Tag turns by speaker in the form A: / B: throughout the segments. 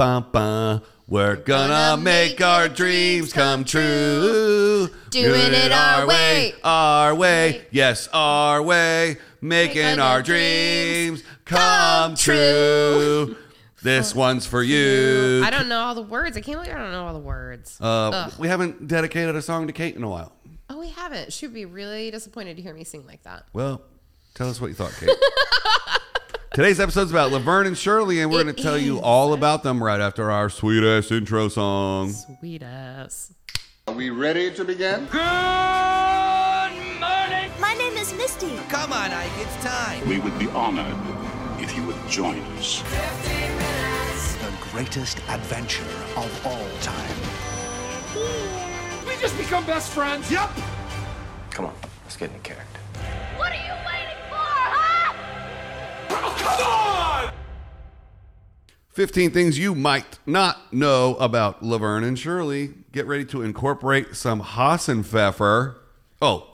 A: We're gonna make our dreams come true.
B: Doing it our way.
A: Our way. Yes, our way. Making
B: Making
A: our
B: our
A: dreams
B: dreams
A: come
B: come
A: true. This one's for you.
B: I don't know all the words. I can't believe I don't know all the words.
A: Uh,
B: Ugh.
A: we haven't dedicated a song to Kate in a while.
B: Oh, we haven't. She'd be really disappointed to hear me sing like that.
A: Well, tell us what you thought, Kate. Today's episode's about Laverne and Shirley, and we're
B: It
A: going to tell you
B: is.
A: all about them right after our sweet ass intro song.
B: Sweet ass.
C: Are we ready to begin?
D: My name is Misty.
E: Come on, Ike, it's time.
F: We would be honored if you would join us.
E: The greatest adventure of all time.
G: We just become best friends. Yep.
H: Come on, let's get into character.
D: What are you waiting for, huh?
G: Oh, Come on!
A: 15 things you might not know about Laverne and Shirley. Get ready to incorporate some Hassenpfeffer. Oh,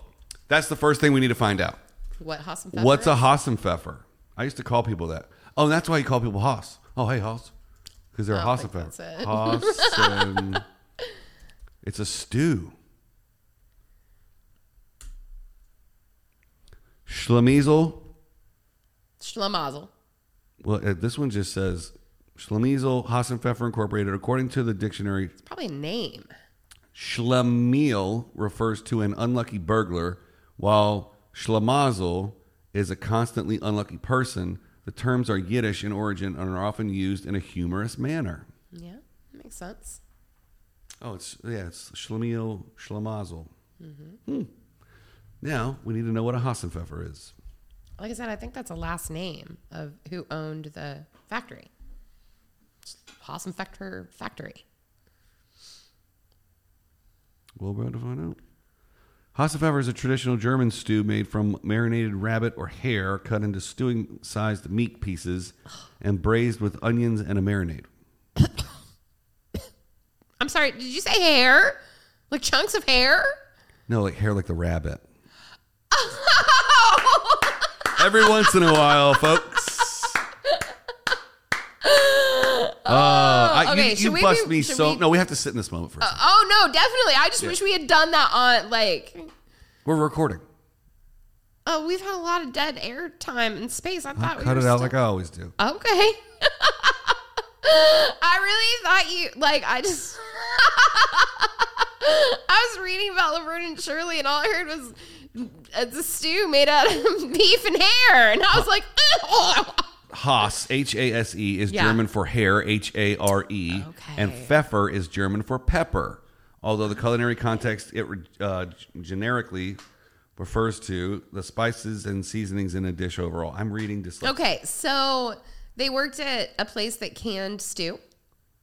A: that's the first thing we need to find out.
B: What Hassan Pfeffer?
A: What's a Hassenpfeffer? I used to call people that. Oh, and that's why you call people Haas. Oh, hey, Haas. Because they're
B: Oh, I don't think that's
A: Hassenpfeffer.
B: it.
A: Hassen. it's a stew. Schlemizel.
B: Schlamazel.
A: Well, uh, this one just says Schlemizel Hassenpfeffer Incorporated. According to the dictionary,
B: Probably a name.
A: Schlemiel refers to an unlucky burglar, while Schlemazel is a constantly unlucky person. The terms are Yiddish in origin and are often used in a humorous manner.
B: Yeah, makes sense.
A: Oh, it's yeah, it's Schlemiel Schlemazel. Hmm. Now we need to know what a Hassenpfeffer is.
B: Like I said, I think that's a last name of who owned the factory. Hassan Factor Factory.
A: Well, we're about to find out. Hassenpfeffer is a traditional German stew made from marinated rabbit or hare cut into stewing sized meat pieces and braised with onions and a marinade.
B: I'm sorry, did you say hair? Like chunks of hair?
A: No, like hair like the rabbit. Every once in a while, folks. Oh, I- you-
B: okay,
A: you,
B: should we
A: bust
B: be-
A: me
B: should
A: so.
B: we-
A: no, we have to sit in this moment for a second.
B: Oh no, definitely. I just wish we had done that on like
A: We're recording.
B: Oh, we've had a lot of dead air time and space. I thought we
A: Cut
B: were
A: it out
B: still-
A: like I always do.
B: Okay. I really thought you like I just I was reading about Laverne and Shirley and all I heard was it's a stew made out of beef and hair and I was like
A: Haas, H A S E, is
B: Yeah.
A: German for hair, H A R E,
B: Okay.
A: and pfeffer is German for pepper. Although the culinary context, it re- uh, g- generically refers to the spices and seasonings in a dish overall. I'm reading this.
B: Okay, so they worked at a place that canned stew.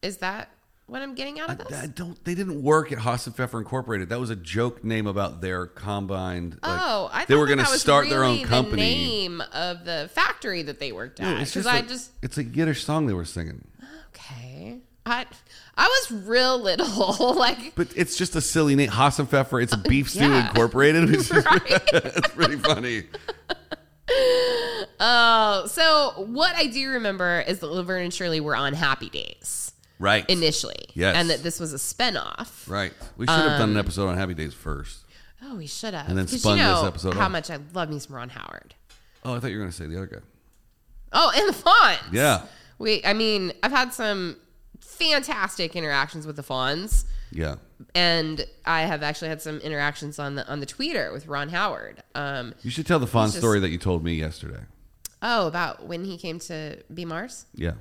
B: Is that what I'm getting out of this?
A: I don't. They didn't work at Haas and Pfeffer Incorporated. That was a joke name about their combined. like,
B: Oh, I thought
A: they were
B: going to
A: start their own
B: The
A: company.
B: name of the factory that they worked
A: No,
B: at.
A: it's
B: Because
A: just
B: I
A: a-
B: just
A: It's a Yiddish song they were singing,
B: okay. I I was real little, like
A: but it's just a silly name. Haas and Pfeffer. It's a beef stew
B: Uh, Yeah.
A: incorporated. It's just-
B: right.
A: That's pretty funny.
B: Oh, so what I do remember is that Laverne and Shirley were on Happy Days
A: Right.
B: initially,
A: Yes.
B: and that this was a spinoff.
A: Right. We should have done an
B: Um,
A: episode on Happy Days first.
B: Oh, we should have.
A: And then
B: 'Cause
A: spun
B: you
A: this
B: know
A: episode
B: How
A: off.
B: much I love me some Ron Howard.
A: Oh, I thought you were going to say the other guy.
B: Oh, and the Fonz.
A: Yeah.
B: We, I mean, I've had some fantastic interactions with the Fonz,
A: Yeah.
B: and I have actually had some interactions on the on the Twitter with Ron Howard. Um,
A: You should tell the fond
B: just-
A: story that you told me yesterday.
B: oh, about when he came to be Mars.
A: Yeah.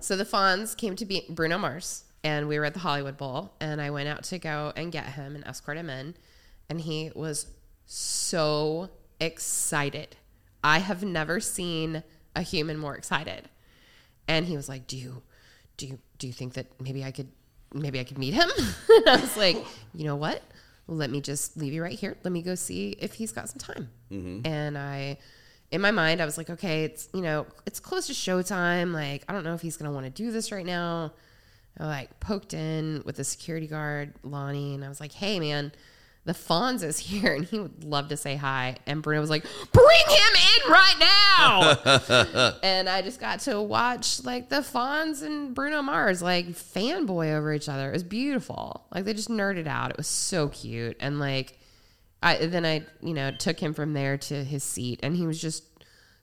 B: So the Fonz came to be Bruno Mars, and we were at the Hollywood Bowl, and I went out to go and get him and escort him in, and he was so excited. I have never seen a human more excited. And he was like, "Do you, do you, do you think that maybe I could, maybe I could meet him?" And I was like, "You know what? Let me just leave you right here. Let me go see if he's got some time." And I, in my mind, I was like, "Okay, it's you know, it's close to showtime. Like, I don't know if he's gonna want to do this right now." I like poked in with the security guard Lonnie, and I was like, "Hey, man." The Fonz is here and he would love to say hi. And Bruno was like, Bring him in right now. now. and I just got to watch like the Fonz and Bruno Mars like fanboy over each other. It was beautiful. Like they just nerded out. It was so cute. And like I then I, you know, took him from there to his seat and he was just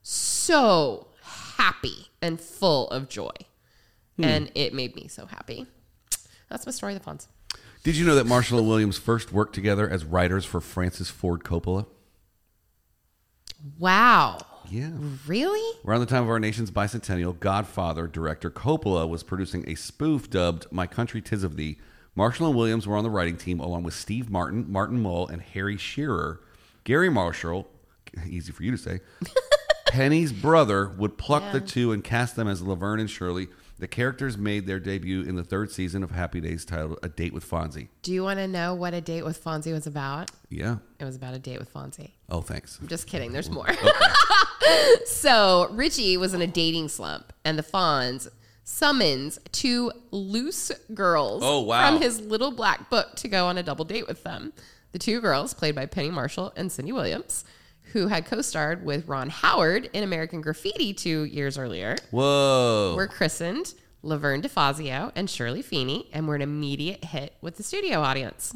B: so happy and full of joy. And it made me so happy. That's my story of the Fonz.
A: Did you know that Marshall and Williams first worked together as writers for Francis Ford Coppola?
B: Wow.
A: Yeah.
B: Really?
A: Around the time of our nation's bicentennial, Godfather director Coppola was producing a spoof dubbed My Country Tis of Thee. Marshall and Williams were on the writing team along with Steve Martin, Martin Mull, and Harry Shearer. Gary Marshall, easy for you to say, Penny's brother, would pluck the two and cast them as Laverne and Shirley. The characters made their debut in the third season of Happy Days titled A Date with Fonzie.
B: Do you want to know what a date with Fonzie was about?
A: Yeah.
B: It was about a date with Fonzie.
A: Oh, thanks.
B: I'm just kidding. There's more. so Richie was in a dating slump, and the Fonz summons two loose girls
A: Oh, wow.
B: from his little black book to go on a double date with them. The two girls, played by Penny Marshall and Cindy Williams, who had co-starred with Ron Howard in American Graffiti two years earlier,
A: Whoa.
B: were christened Laverne DeFazio and Shirley Feeney, and were an immediate hit with the studio audience.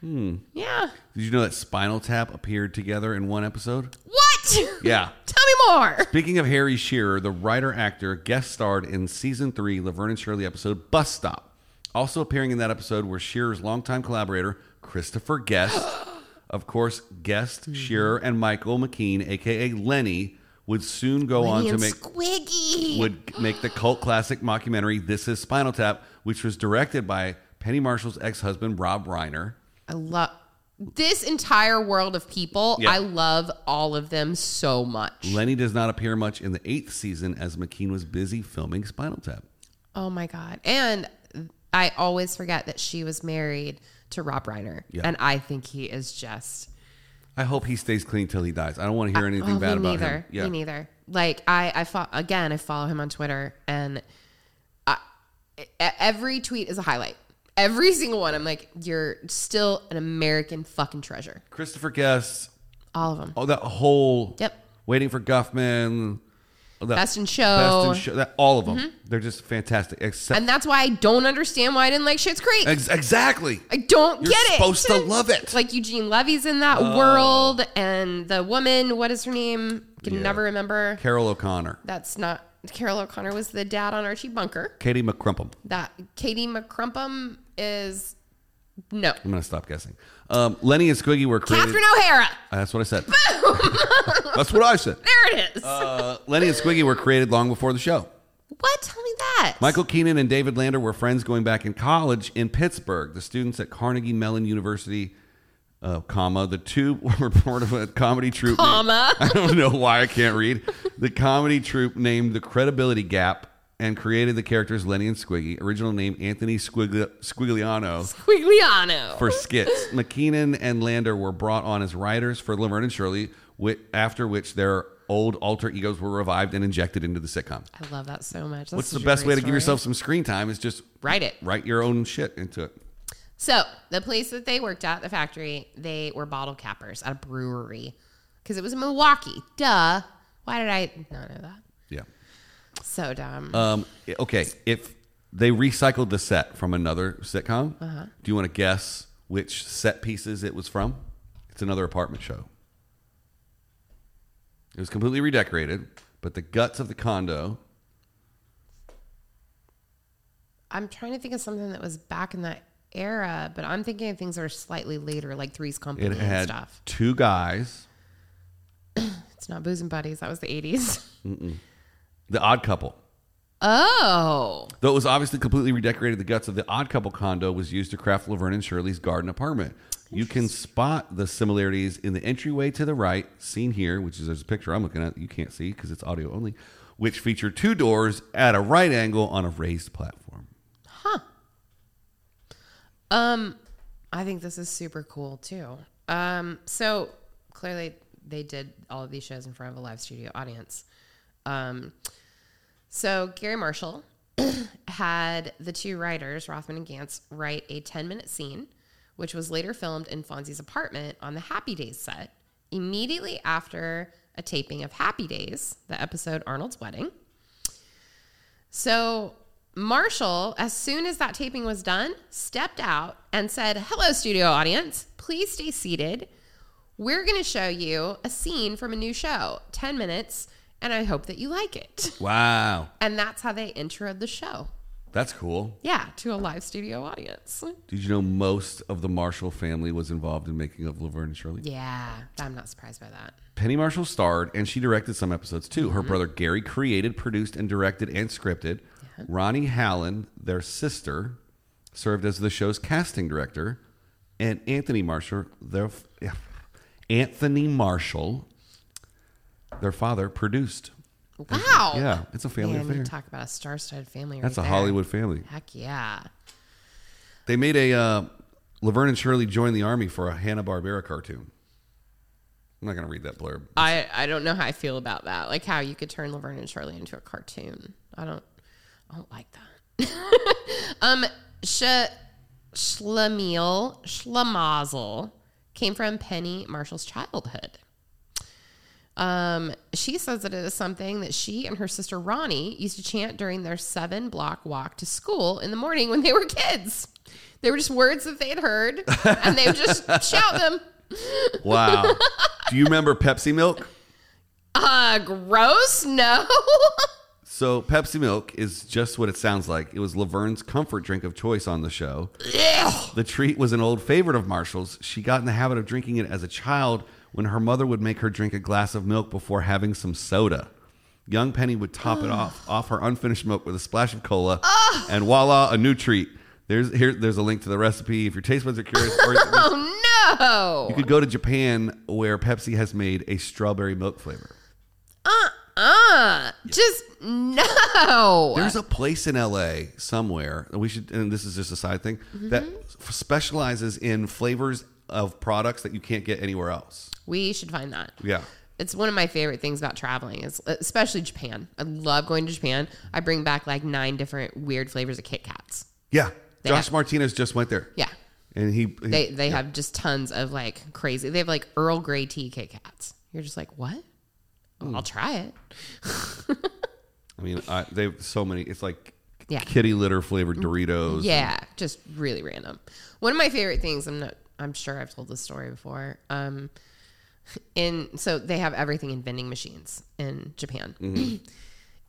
B: Hmm. Yeah.
A: Did you know that Spinal Tap appeared together in one episode?
B: What?
A: Yeah.
B: Tell me more.
A: Speaking of Harry Shearer, the writer actor guest starred in season three Laverne and Shirley episode Bus Stop. Also appearing in that episode were Shearer's longtime collaborator, Christopher Guest. of course, Guest, Shearer, and Michael McKean, aka Lenny, would soon go on to
B: and
A: make
B: Squiggy.
A: would make the cult classic mockumentary This Is Spinal Tap, which was directed by Penny Marshall's ex-husband Rob Reiner.
B: I love this entire world of people.
A: Yeah.
B: I love all of them so much.
A: Lenny does not appear much in the eighth season as McKean was busy filming Spinal Tap.
B: oh my god! And I always forget that she was married to Rob Reiner,
A: Yeah.
B: and I think he is just
A: I hope he stays clean till he dies. I don't want to hear anything
B: oh,
A: bad
B: me
A: about
B: neither.
A: him. Yeah.
B: Me neither. Like I, I fo- again, I follow him on Twitter, and I, e- every tweet is a highlight. Every single one. I'm like, you're still an American fucking treasure.
A: Christopher Guest,
B: All of them.
A: all that whole
B: Yep.
A: waiting for Guffman, all that
B: Best in
A: Best
B: Show. Mm-hmm.
A: in Show, that, all of them. They're just fantastic. Except
B: And that's why I don't understand why I didn't like Shit's Creek.
A: Ex- exactly.
B: I don't
A: You're
B: get it.
A: supposed to love it. Oh.
B: Like Eugene Levy's in that world, and the woman, what is her name? Can
A: Yeah.
B: never remember.
A: Carol O'Connor,
B: That's not Carol O'Connor was the dad on Archie Bunker.
A: Katie McCrumpum.
B: That Katie McCrumpum is no
A: I'm gonna stop guessing. Um, Lenny and Squiggy were created.
B: Catherine O'Hara.
A: Uh, That's what I said. That's what I said.
B: There it is.
A: Uh, Lenny and Squiggy were created long before the show.
B: what? Tell me that.
A: Michael Keenan and David Lander were friends going back in college in Pittsburgh. The students at Carnegie Mellon University, uh, comma, the two were part of a comedy troupe.
B: Comma.
A: I don't know why I can't read. The comedy troupe named The Credibility Gap and created the characters Lenny and Squiggy, original name Anthony Squigli- Squigliano
B: Quigliano.
A: for skits. McKeenan and Lander were brought on as writers for Laverne and Shirley, whi- after which their old alter egos were revived and injected into the sitcom.
B: I love that so much. That's
A: What's the
B: such a
A: best
B: great
A: way to give
B: story.
A: yourself some screen time is just
B: Write it.
A: write your own shit into it.
B: So the place that they worked at, the factory, they were bottle cappers at a brewery because it was in Milwaukee. Duh. Why did I not know that?
A: Yeah.
B: So dumb.
A: Um, i- okay. If they recycled the set from another sitcom, do you want to guess which set pieces it was from? It's another apartment show. It was completely redecorated, but the guts of the condo.
B: I'm trying to think of something that was back in that era, but I'm thinking of things that are slightly later, like Three's Company
A: It
B: and
A: had
B: Mm-hmm. stuff.
A: two guys,
B: It's not Boozing Buddies. That was the 80s.
A: the odd couple.
B: Oh,
A: Though it was obviously completely redecorated, the guts of the Odd Couple condo was used to craft Laverne and Shirley's garden apartment. You can spot the similarities in the entryway to the right, seen here, which is there's a picture I'm looking at that you can't see because it's audio only, which feature two doors at a right angle on a raised platform.
B: I think this is super cool too. Um, so clearly they did all of these shows in front of a live studio audience. Um, so Gary Marshall had the two writers, Rothman and Gantz, write a 10 minute scene, which was later filmed in Fonzie's apartment on the Happy Days set immediately after a taping of Happy Days, the episode Arnold's Wedding. So Marshall, as soon as that taping was done, stepped out and said, Hello, studio audience. Please stay seated. We're going to show you a scene from a new show, 10 minutes, and I hope that you like it.
A: Wow.
B: And that's how they introed the show.
A: That's cool.
B: Yeah, to a live studio audience.
A: Did you know most of the Marshall family was involved in making of Laverne and Shirley?
B: Yeah, I'm not surprised by that.
A: Penny Marshall starred and she directed some episodes too. Her brother Gary created, produced, and directed and scripted. Ronnie Hallen, their sister, served as the show's casting director, and Anthony Marshall, their Anthony Marshall, their father produced.
B: Wow.
A: Yeah, it's a family
B: Man,
A: affair.
B: you talk about a star-studded family.
A: That's
B: right
A: a
B: there.
A: Hollywood family.
B: Heck yeah.
A: They made a uh, Laverne and Shirley joined the army for a Hanna Barbera cartoon. I'm not gonna read that blurb.
B: I, I don't know how I feel about that. Like how you could turn Laverne and Shirley into a cartoon. I don't I don't like that. um Sh Schlemiel Schlemazel came from Penny Marshall's childhood. Um, she says that it is something that she and her sister Ronnie used to chant during their seven block walk to school in the morning when they were kids. They were just words that they had heard and they would just shout them.
A: Wow. Do you remember Pepsi Milk?
B: Uh, gross? No.
A: So Pepsi Milk is just what it sounds like. It was Laverne's comfort drink of choice on the show. The treat was an old favorite of Marshall's. She got in the habit of drinking it as a child when her mother would make her drink a glass of milk before having some soda. Young Penny would top it off off her unfinished milk with a splash of cola,
B: Oh.
A: and voila, a new treat. There's here. There's a link to the recipe if your taste buds are curious. Or
B: oh,
A: you
B: no.
A: could go to Japan where Pepsi has made a strawberry milk flavor.
B: Uh, Uh-uh. just no.
A: There's a place in LA somewhere. and We should, and this is just a side thing
B: Mm-hmm.
A: that f- specializes in flavors of products that you can't get anywhere else.
B: we should find that.
A: Yeah,
B: It's one of my favorite things about traveling, is especially Japan. I love going to Japan. I bring back like nine different weird flavors of Kit Kats.
A: yeah.
B: They
A: Josh
B: have-
A: Martinez just went there.
B: Yeah.
A: and he, he-
B: They they have just tons of like crazy. They have like Earl Grey tea Kit Kats. You're just like, what? I'll try it.
A: I mean, I, they have so many. It's like
B: Yeah. Mm-hmm.
A: kitty litter flavored Doritos.
B: Yeah, just really random. One of my favorite things, I'm not, I'm sure I've told this story before. Um, in so they have everything in vending machines in Japan,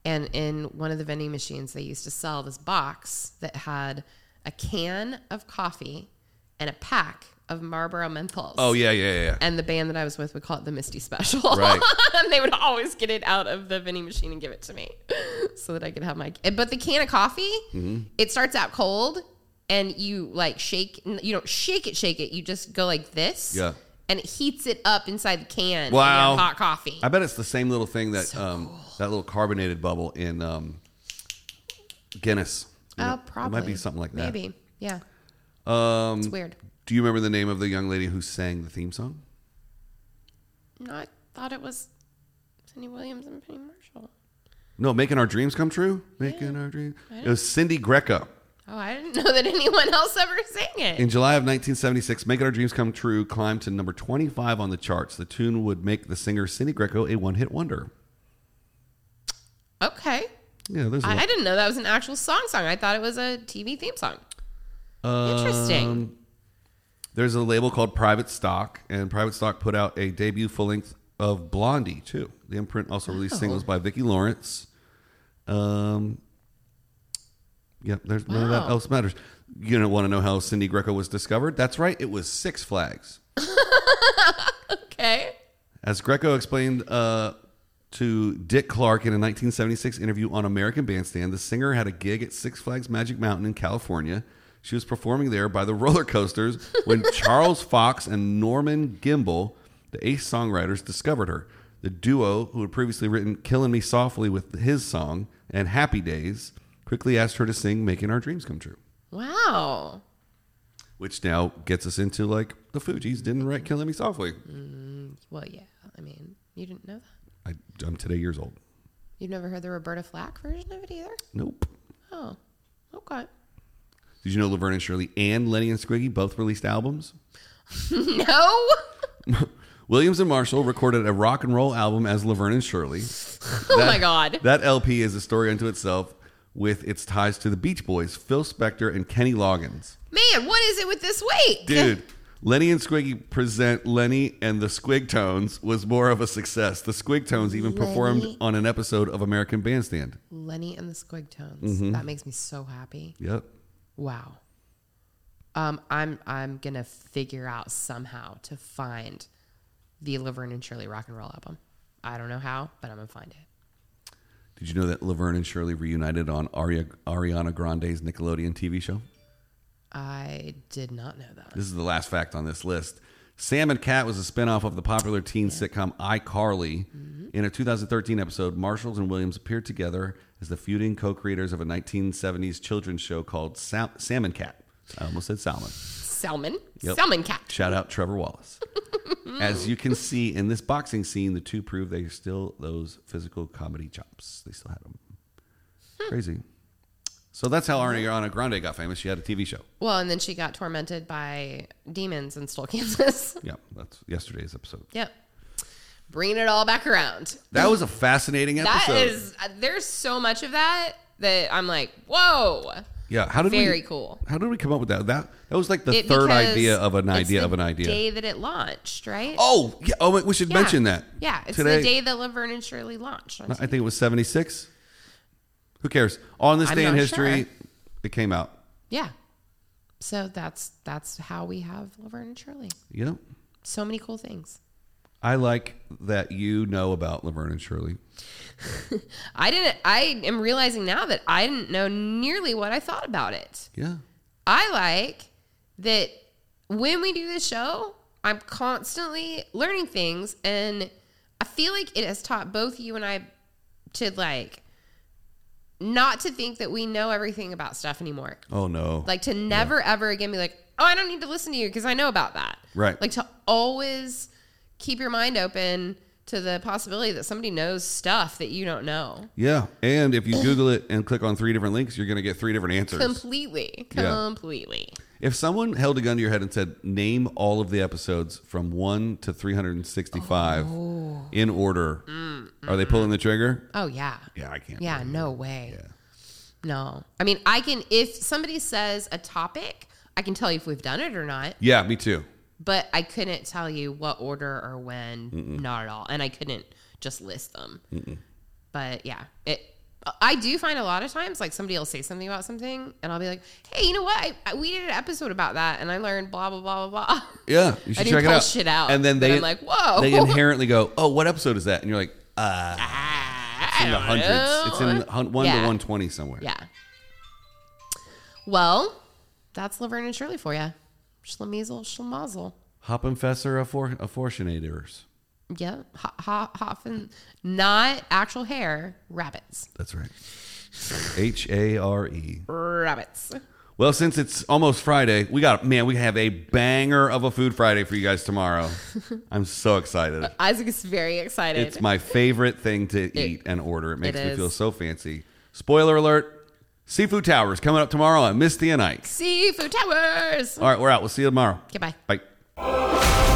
B: and in one of the vending machines they used to sell this box that had a can of coffee and a pack of Marlboro menthols.
A: Oh yeah, yeah, yeah, yeah.
B: And the band that I was with would call it the Misty Special.
A: Right.
B: and they would always get it out of the vending machine and give it to me so that I could have my. But the can of coffee,
A: Mm-hmm.
B: it starts out cold and you like shake, you don't shake it, shake it. You just go like this.
A: Yeah.
B: And it heats it up inside the can. and you
A: Wow.
B: have hot coffee. Uh,
A: I bet it's the same little thing that um, that little carbonated bubble in um, Guinness. You know,
B: oh, probably.
A: It might be something like that.
B: Maybe. Yeah.
A: Um,
B: It's weird.
A: do you remember the name of the young lady who sang the theme song?
B: No, I thought it was Cindy Williams and Penny Marshall.
A: No, making our dreams come true. Making our dreams. It was Cindy Greco.
B: Oh, I didn't know that anyone else ever sang it.
A: In July of 1976, "Making Our Dreams Come True" climbed to number 25 on the charts. The tune would make the singer Cindy Greco a one-hit wonder.
B: Okay.
A: Yeah, there's. a
B: I,
A: lot.
B: I didn't know that was an actual song song. I thought it was a TV theme song. Interesting.
A: Um, There's a label called Private Stock, and Private Stock put out a debut full length of Blondie too. The imprint also released
B: Oh.
A: singles by Vicki Lawrence. Um, yep, there's none of
B: Wow.
A: that else matters. You don't want to know how Cindy Greco was discovered? That's right, it was Six Flags.
B: Okay.
A: As Greco explained uh, to Dick Clark in a 1976 interview on American Bandstand, the singer had a gig at Six Flags Magic Mountain in California. She was performing there by the roller coasters when Charles Fox and Norman Gimbel, the ace songwriters, discovered her. The duo, who had previously written Killing Me Softly with his song and Happy Days, quickly asked her to sing Making Our Dreams Come True,
B: Wow.
A: which now gets us into like the Fugees didn't write Killing Me Softly.
B: Well, yeah. I mean, you didn't know that.
A: I, I'm today years old.
B: You've never heard the Roberta Flack version of it either?
A: Nope.
B: Oh, okay.
A: Did you know Laverne
B: Oh
A: and Shirley and Lenny and Squiggy both released albums?
B: No.
A: Williams and Marshall recorded a rock and roll album as Laverne and Shirley.
B: Oh
A: That-
B: my God.
A: That LP is a story unto itself with its ties to the Beach Boys, Phil Spector, and Kenny Loggins.
B: Man, what is it with this week?
A: Dude, Lenny and Squiggy present Lenny and the Squigtones was more of a success. The Squigtones even performed
B: Lenny.
A: on an episode of American Bandstand.
B: Lenny and the Squigtones.
A: Mm-hmm.
B: That makes me so happy.
A: Yep.
B: Wow. Um, I'm I'm gonna figure out somehow to find the Laverne and Shirley rock and roll album. I don't know how, but I'm gonna find it.
A: Did you know that Laverne and Shirley reunited on Aria, Ariana Grande's Nickelodeon TV show?
B: I did not know that.
A: This is the last fact on this list. Sam and Cat was a spinoff of the popular teen sitcom iCarly. In a 2013 episode, Marshalls and Williams appeared together as the feuding co creators of a 1970s children's show called Sal- Salmon Cat. I almost said Salmon.
B: Salmon,
A: Yep.
B: Salmon Cat.
A: Shout out Trevor Wallace. As you can see in this boxing scene, the two prove they still those physical comedy chops. They still had them. Crazy. So that's how Ariana Grande got famous. She had a TV show.
B: Well, and then she got tormented by demons and stole Kansas.
A: Yeah, that's yesterday's episode.
B: yep. Bringing it all back around.
A: That was a fascinating
B: That
A: episode.
B: is. uh there's so much of that that I'm like, whoa.
A: yeah. How did we,
B: very cool.
A: How did we come up with that? That that was like the
B: It-
A: third
B: because
A: idea of an
B: it's
A: idea
B: the
A: of an idea.
B: Day that it launched, right?
A: oh yeah. Oh, wait, we should
B: Yeah.
A: mention that.
B: Yeah, it's
A: Today-
B: the day that Laverne and Shirley launched.
A: I think it was seventy six. Who cares? On this
B: I'm
A: day in
B: not
A: history,
B: sure.
A: it came out.
B: yeah. So that's that's how we have Laverne and Shirley.
A: Yep.
B: So many cool things.
A: I like that you know about Laverne and Shirley.
B: I didn't. I am realizing now that I didn't know nearly what I thought about it.
A: Yeah.
B: I like that when we do this show, I'm constantly learning things, and I feel like it has taught both you and I to like not to think that we know everything about stuff anymore.
A: Oh no.
B: Like to never ever again be like, oh, I don't need to listen to you because I know about that.
A: Right.
B: Like to always keep your mind open to the possibility that somebody knows stuff that you don't know.
A: yeah. And if you Google it and click on three different links, you're going to get three different answers.
B: Completely.
A: Yeah.
B: Completely.
A: if someone held a gun to your head and said, "Name all of the episodes from 1 to 365 in order." Are they pulling the trigger?
B: Oh yeah.
A: Yeah, I can't.
B: Yeah,
A: believe
B: no way. No. I mean, I can if somebody says a topic, I can tell you if we've done it or not,
A: it. Yeah, me too.
B: but I couldn't tell you what order or when, not at all. And I couldn't just list them. But yeah, it. I do find a lot of times like somebody will say something about something, and I'll be like, "Hey, you know what? I, I, we did an episode about that, and I learned blah blah blah blah blah."
A: Yeah, you
B: I
A: should
B: didn't
A: check it
B: pull
A: out.
B: shit out,
A: And then
B: but
A: they
B: I'm like, whoa.
A: They inherently go, "Oh, what episode is that?" And you're like, "Uh,
B: Ah,
A: it's in the
B: I
A: hundreds.
B: don't
A: It's in the hun- 1 to
B: Yeah.
A: 120 somewhere."
B: Yeah. Well, that's Laverne and Shirley for you. Schlemazel, schlemazel.
A: Hoppenfesser affor- affortunators.
B: Yeah, ho- ho- hoffin, not actual hair, rabbits.
A: That's right. H A R E.
B: Rabbits.
A: Well, since it's almost Friday, we got man, we have a banger of a food Friday for you guys tomorrow. I'm so excited.
B: Isaac is very excited.
A: It's my favorite thing to eat and order. It makes
B: it
A: me feel
B: is.
A: so fancy. Spoiler alert: Seafood Towers coming up tomorrow on Misty and Ike.
B: Seafood Towers.
A: All right, we're out. We'll see you tomorrow.
B: Okay, bye.
A: Bye.